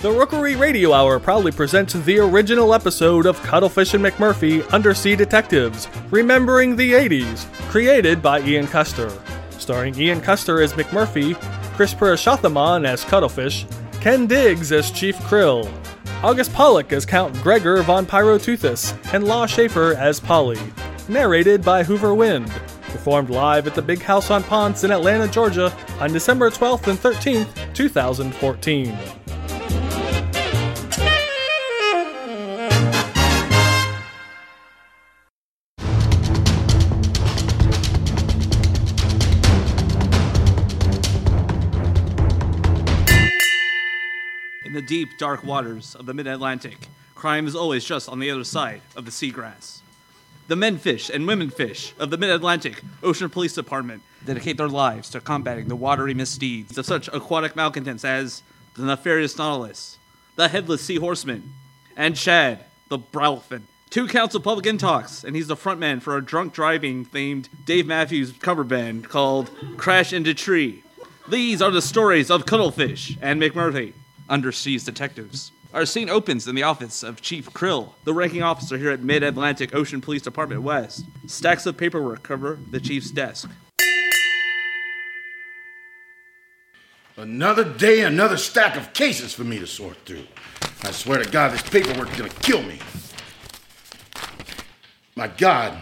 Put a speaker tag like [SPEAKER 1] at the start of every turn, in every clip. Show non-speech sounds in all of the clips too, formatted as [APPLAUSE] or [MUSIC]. [SPEAKER 1] The Rookery Radio Hour proudly presents the original episode of Cuttlefish and McMurphy Undersea Detectives Remembering the 80s, created by Ian Custer. Starring Ian Custer as McMurphy, Chris Parashothaman as Cuttlefish, Ken Diggs as Chief Krill, August Pollock as Count Gregor von Pyrotuthis, and Law Schaefer as Polly. Narrated by Hoover Wind. Performed live at the Big House on Ponce in Atlanta, Georgia on December 12th and 13th, 2014.
[SPEAKER 2] In the deep, dark waters of the mid Atlantic, crime is always just on the other side of the seagrass. The men fish and women fish of the Mid Atlantic Ocean Police Department dedicate their lives to combating the watery misdeeds of such aquatic malcontents as the nefarious Nautilus, the headless sea horseman, and Chad, the Browlfin. Two counts of public intox, and he's the frontman for a drunk driving themed Dave Matthews cover band called Crash into Tree. These are the stories of Cuttlefish and McMurphy, underseas detectives. Our scene opens in the office of Chief Krill, the ranking officer here at Mid Atlantic Ocean Police Department West. Stacks of paperwork cover the chief's desk.
[SPEAKER 3] Another day, another stack of cases for me to sort through. I swear to God, this paperwork's gonna kill me. My God.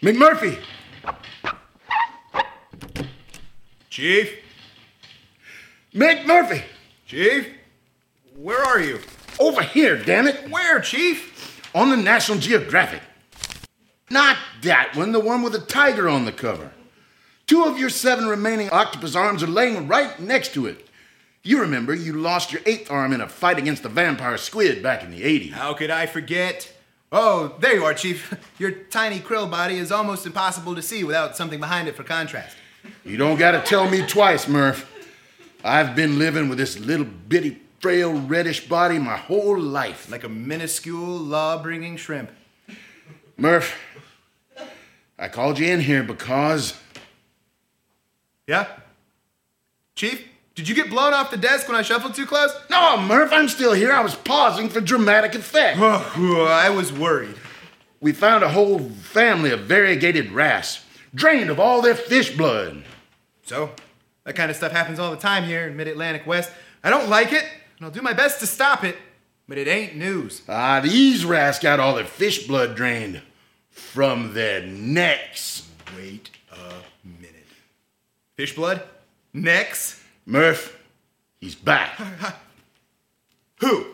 [SPEAKER 3] McMurphy!
[SPEAKER 4] Chief?
[SPEAKER 3] McMurphy!
[SPEAKER 4] Chief? Where are you?
[SPEAKER 3] Over here, damn it!
[SPEAKER 4] Where, Chief?
[SPEAKER 3] On the National Geographic. Not that one, the one with the tiger on the cover. Two of your seven remaining octopus arms are laying right next to it. You remember you lost your eighth arm in a fight against the vampire squid back in the 80s.
[SPEAKER 4] How could I forget? Oh, there you are, Chief. [LAUGHS] Your tiny krill body is almost impossible to see without something behind it for contrast.
[SPEAKER 3] You don't gotta tell me twice, Murph. I've been living with this little bitty, frail, reddish body my whole life.
[SPEAKER 4] Like a minuscule, law bringing shrimp.
[SPEAKER 3] Murph, I called you in here because
[SPEAKER 4] Yeah? Chief, did you get blown off the desk when I shuffled too close?
[SPEAKER 3] No, Murph, I'm still here. I was pausing for dramatic effect.
[SPEAKER 4] Oh, I was worried.
[SPEAKER 3] We found a whole family of variegated wrasse, drained of all their fish blood.
[SPEAKER 4] So, that kind of stuff happens all the time here in Mid Atlantic West. I don't like it, and I'll do my best to stop it, but it ain't news.
[SPEAKER 3] Ah, these wrasse got all their fish blood drained from their necks.
[SPEAKER 4] Wait a minute. Fish blood? Necks?
[SPEAKER 3] Murph, he's back.
[SPEAKER 4] Who?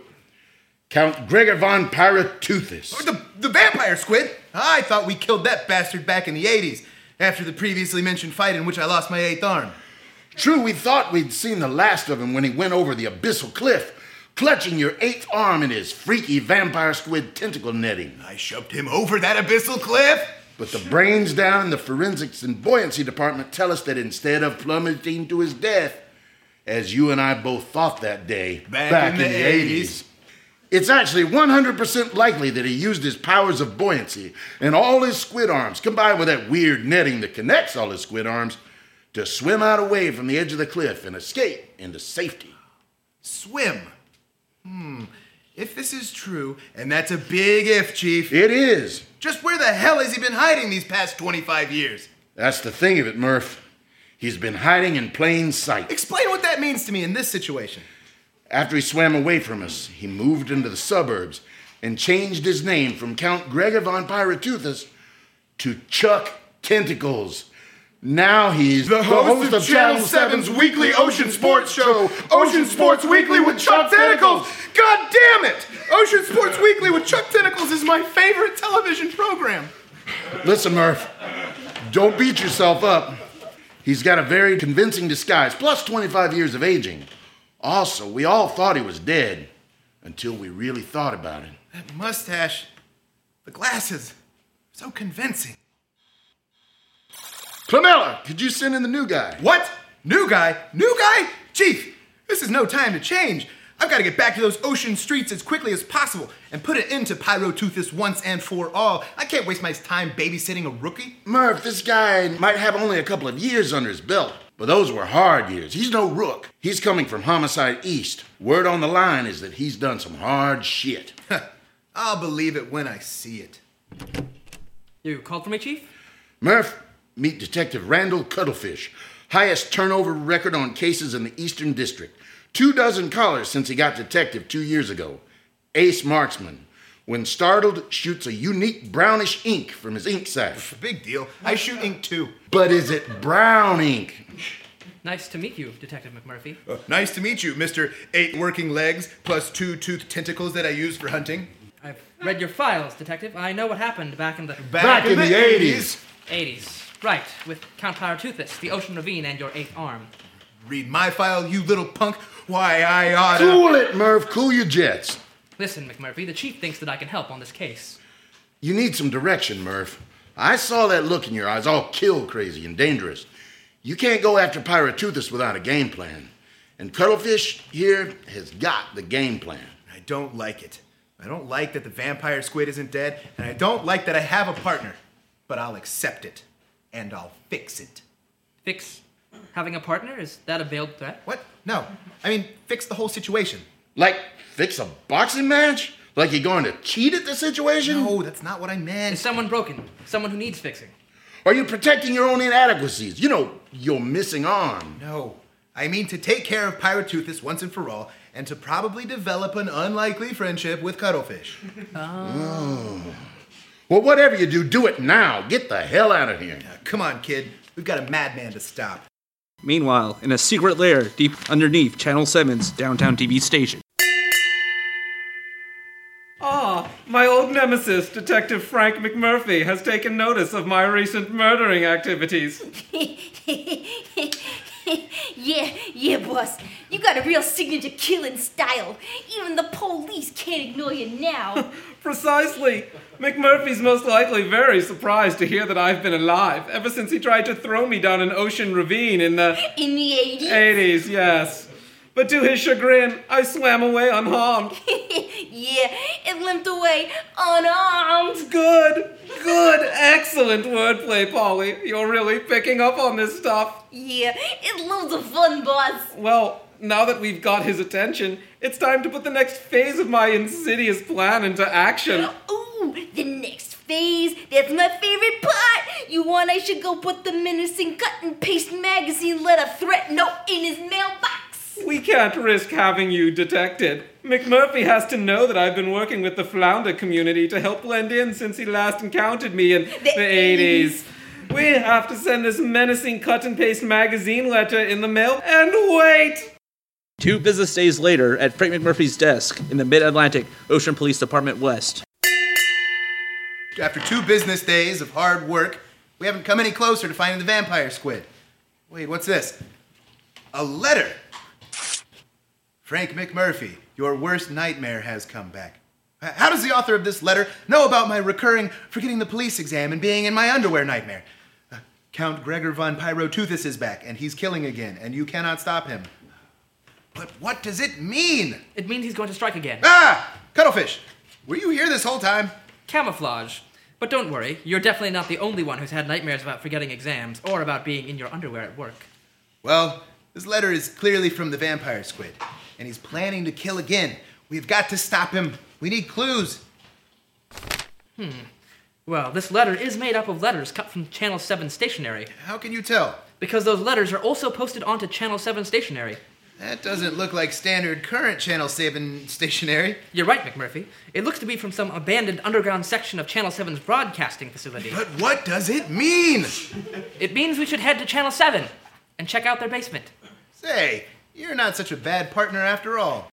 [SPEAKER 3] Count Gregor von Pyrotuthis.
[SPEAKER 4] The, the vampire squid? I thought we killed that bastard back in the 80s, after the previously mentioned fight in which I lost my eighth arm.
[SPEAKER 3] True, we thought we'd seen the last of him when he went over the abyssal cliff, clutching your eighth arm in his freaky vampire squid tentacle netting.
[SPEAKER 4] I shoved him over that abyssal cliff?
[SPEAKER 3] But the brains down in the forensics and buoyancy department tell us that instead of plummeting to his death, as you and I both thought that day
[SPEAKER 4] Back in the 80s.
[SPEAKER 3] it's actually 100% likely that he used his powers of buoyancy and all his squid arms, combined with that weird netting that connects all his squid arms, to swim out away from the edge of the cliff and escape into safety.
[SPEAKER 4] Swim. Hmm. If this is true, and that's a big if, Chief,
[SPEAKER 3] It is.
[SPEAKER 4] just where the hell has he been hiding these past 25 years?
[SPEAKER 3] That's the thing of it, Murph. He's been hiding in plain sight.
[SPEAKER 4] Explain what that means to me in this situation.
[SPEAKER 3] After he swam away from us, he moved into the suburbs and changed his name from Count Gregor von Pyrotuthis to Chuck Tentacles. Now he's
[SPEAKER 4] The host of Channel 7's weekly Ocean Sports show, Ocean Sports Weekly with Chuck Tentacles. God damn it! Ocean Sports Weekly with Chuck Tentacles is my favorite television program.
[SPEAKER 3] Listen, Murph, don't beat yourself up. He's got a very convincing disguise, plus 25 years of aging. Also, we all thought he was dead until we really thought about it.
[SPEAKER 4] That mustache, the glasses, so convincing.
[SPEAKER 3] Clamella, could you send in the new guy?
[SPEAKER 4] What? New guy? New guy? Chief, this is no time to change. I've got to get back to those ocean streets as quickly as possible and put an end to Pyrotuthis once and for all. I can't waste my time babysitting a rookie.
[SPEAKER 3] Murph, this guy might have only a couple of years under his belt, But those were hard years. He's no rook. He's coming from Homicide East. Word on the line is that he's done some hard shit.
[SPEAKER 4] I'll believe it when I see it.
[SPEAKER 5] You called for me, Chief?
[SPEAKER 3] [LAUGHS] Murph, meet Detective Randall Cuttlefish. Highest turnover record on cases in the Eastern District. Two dozen collars since he got detective two years ago. Ace marksman. When startled, shoots a unique brownish ink from his ink sac.
[SPEAKER 4] Big deal. I shoot ink too.
[SPEAKER 3] But is it brown ink?
[SPEAKER 5] Nice to meet you, Detective McMurphy.
[SPEAKER 4] Nice to meet you, Mr. Eight Working Legs plus two toothed tentacles that I use for hunting.
[SPEAKER 5] I've read your files, Detective. I know what happened back in the
[SPEAKER 3] Back in the 80s.
[SPEAKER 5] 80s. Right, with Count Pyrotoothus, the Ocean Ravine, and your Eighth Arm.
[SPEAKER 4] Read my file, you little punk. Why, I oughta.
[SPEAKER 3] Cool it, Murph. Cool your jets.
[SPEAKER 5] Listen, McMurphy, the Chief thinks that I can help on this case.
[SPEAKER 3] You need some direction, Murph. I saw that look in your eyes, all kill crazy and dangerous. You can't go after Pyrotoothus without a game plan. And Cuttlefish here has got the game plan.
[SPEAKER 4] I don't like it. I don't like that the vampire squid isn't dead, and I don't like that I have a partner. But I'll accept it, and I'll fix it.
[SPEAKER 5] Fix having a partner? Is that a veiled threat?
[SPEAKER 4] What? No. I mean, fix the whole situation.
[SPEAKER 3] Like, fix a boxing match? Like you're going to cheat at the situation?
[SPEAKER 4] No, that's not what I meant.
[SPEAKER 5] Is someone broken? Someone who needs fixing?
[SPEAKER 3] Are you protecting your own inadequacies? You know, your missing arm.
[SPEAKER 4] No. I mean to take care of Pyrotoothus once and for all, and to probably develop an unlikely friendship with Cuttlefish.
[SPEAKER 3] Well, whatever you do, do it now. Get the hell out of here.
[SPEAKER 4] Come on, kid. We've got a madman to stop.
[SPEAKER 2] Meanwhile, in a secret lair deep underneath Channel 7's downtown TV station.
[SPEAKER 6] Ah, my old nemesis, Detective Frank McMurphy, has taken notice of my recent murdering activities.
[SPEAKER 7] [LAUGHS] yeah, yeah, boss. You got a real signature killing style. Even the police can't ignore you now.
[SPEAKER 6] Precisely. McMurphy's most likely very surprised to hear that I've been alive ever since he tried to throw me down an ocean ravine in the
[SPEAKER 7] In the 80s.
[SPEAKER 6] 80s, yes. But to his chagrin, I swam away unharmed.
[SPEAKER 7] yeah, it limped away unarmed.
[SPEAKER 6] Good, good, excellent wordplay, Polly. You're really picking up on this stuff.
[SPEAKER 7] Yeah, it loves the fun, boss.
[SPEAKER 6] Well, now that we've got his attention, it's time to put the next phase of my insidious plan into action.
[SPEAKER 7] Ooh, the next phase. That's my favorite part. You want I should go put the menacing cut and paste magazine letter threat note in his mailbox?
[SPEAKER 6] We can't risk having you detected. McMurphy has to know that I've been working with the flounder community to help blend in since he last encountered me in the, 80s.
[SPEAKER 7] 80s.
[SPEAKER 6] We have to send this menacing cut and paste magazine letter in the mail and wait!
[SPEAKER 2] Two business days later, at Frank McMurphy's desk in the Mid Atlantic Ocean Police Department West.
[SPEAKER 4] After two business days of hard work, we haven't come any closer to finding the vampire squid. Wait, what's this? A letter! Frank McMurphy, your worst nightmare has come back. H- How does the author of this letter know about my recurring forgetting the police exam and being in my underwear nightmare? Uh, Count Gregor von Pyrotoothus is back, and he's killing again, and you cannot stop him. But what does it mean?
[SPEAKER 5] It means he's going to strike again.
[SPEAKER 4] Ah! Cuttlefish! Were you here this whole time?
[SPEAKER 5] Camouflage. But don't worry, you're definitely not the only one who's had nightmares about forgetting exams or about being in your underwear at work.
[SPEAKER 4] Well, this letter is clearly from the vampire squid, and he's planning to kill again. We've got to stop him. We need clues.
[SPEAKER 5] Well, this letter is made up of letters cut from Channel 7 stationery,
[SPEAKER 4] How can you tell?
[SPEAKER 5] because those letters are also posted onto Channel 7 stationery.
[SPEAKER 4] That doesn't look like standard current channel saving stationery.
[SPEAKER 5] You're right, McMurphy. It looks to be from some abandoned underground section of Channel 7's broadcasting facility.
[SPEAKER 4] But what does it mean?
[SPEAKER 5] It means we should head to Channel 7 and check out their basement.
[SPEAKER 4] Say, you're not such a bad partner after all.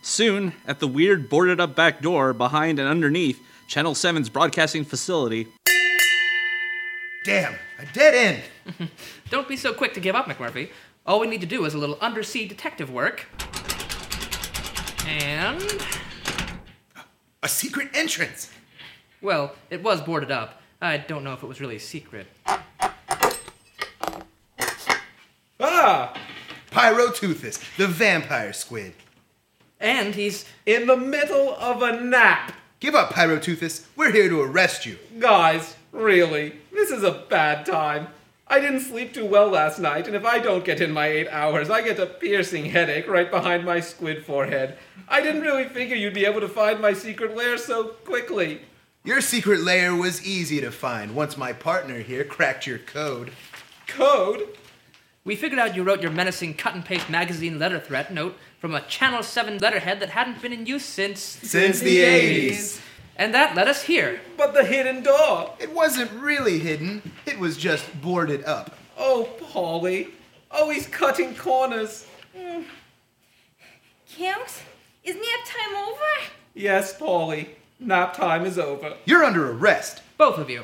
[SPEAKER 2] Soon, at the weird boarded up back door behind and underneath Channel 7's broadcasting facility,
[SPEAKER 4] Damn, a dead end.
[SPEAKER 5] Don't be so quick to give up, McMurphy. All we need to do is a little undersea detective work. And.
[SPEAKER 4] A secret entrance.
[SPEAKER 5] Well, it was boarded up. I don't know if it was really secret.
[SPEAKER 6] Ah!
[SPEAKER 4] Pyrotoothus, the vampire squid.
[SPEAKER 5] And he's.
[SPEAKER 6] In the middle of a nap!
[SPEAKER 4] Give up, Pyrotoothus. We're here to arrest you.
[SPEAKER 6] Guys, really, this is a bad time. I didn't sleep too well last night, and if I don't get in my eight hours, I get a piercing headache right behind my squid forehead. I didn't really figure you'd be able to find my secret lair so quickly.
[SPEAKER 4] Your secret lair was easy to find once my partner here cracked your code.
[SPEAKER 6] Code?
[SPEAKER 5] We figured out you wrote your menacing cut and paste magazine letter threat note from a Channel 7 letterhead that hadn't been in use since.
[SPEAKER 4] Since the 80s.
[SPEAKER 5] And that led us here.
[SPEAKER 6] But the hidden door.
[SPEAKER 4] It wasn't really hidden, it was just boarded up.
[SPEAKER 6] Oh, Polly. Oh, he's cutting corners.
[SPEAKER 7] Count, is nap time over?
[SPEAKER 6] Yes, Polly. Nap time is over.
[SPEAKER 4] You're under arrest.
[SPEAKER 5] Both of you.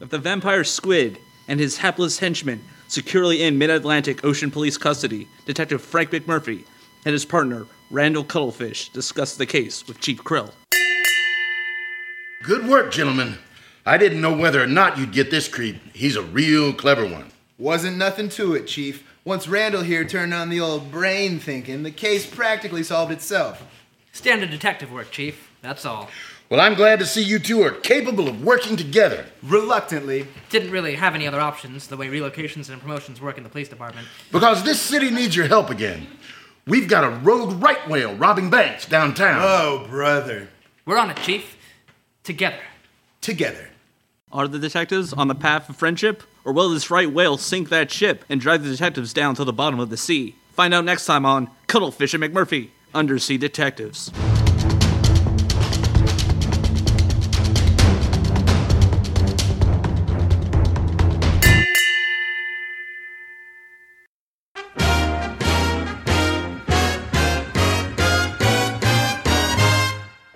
[SPEAKER 2] Of the vampire squid and his hapless henchmen securely in mid Atlantic Ocean Police custody, Detective Frank McMurphy and his partner, Randall Cuttlefish, discussed the case with Chief Krill.
[SPEAKER 3] Good work, gentlemen. I didn't know whether or not you'd get this creep. He's a real clever one.
[SPEAKER 4] Wasn't nothing to it, Chief. Once Randall here turned on the old brain thinking, the case practically solved itself.
[SPEAKER 5] Standard detective work, Chief. That's all.
[SPEAKER 3] Well, I'm glad to see you two are capable of working together.
[SPEAKER 4] Reluctantly,
[SPEAKER 5] Didn't really have any other options the way relocations and promotions work in the police department.
[SPEAKER 3] Because this city needs your help again. We've got a rogue right whale robbing banks downtown.
[SPEAKER 4] oh brother,
[SPEAKER 5] We're on it, Chief. Together.
[SPEAKER 4] together.
[SPEAKER 2] Are the detectives on the path of friendship? Or will this right whale sink that ship and drive the detectives down to the bottom of the sea? Find out next time on Cuttlefish and McMurphy, Undersea Detectives.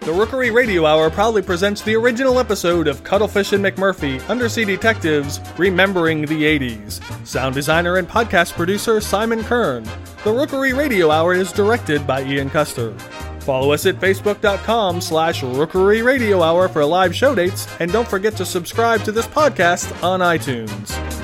[SPEAKER 1] The Rookery Radio Hour proudly presents the original episode of Cuttlefish and McMurphy Undersea Detectives Remembering the 80s. Sound designer and podcast producer Simon Kern. The Rookery Radio Hour is directed by Ian Custer. Follow us at facebook.com slash rookery radio hour for live show dates, and don't forget to subscribe to this podcast on iTunes.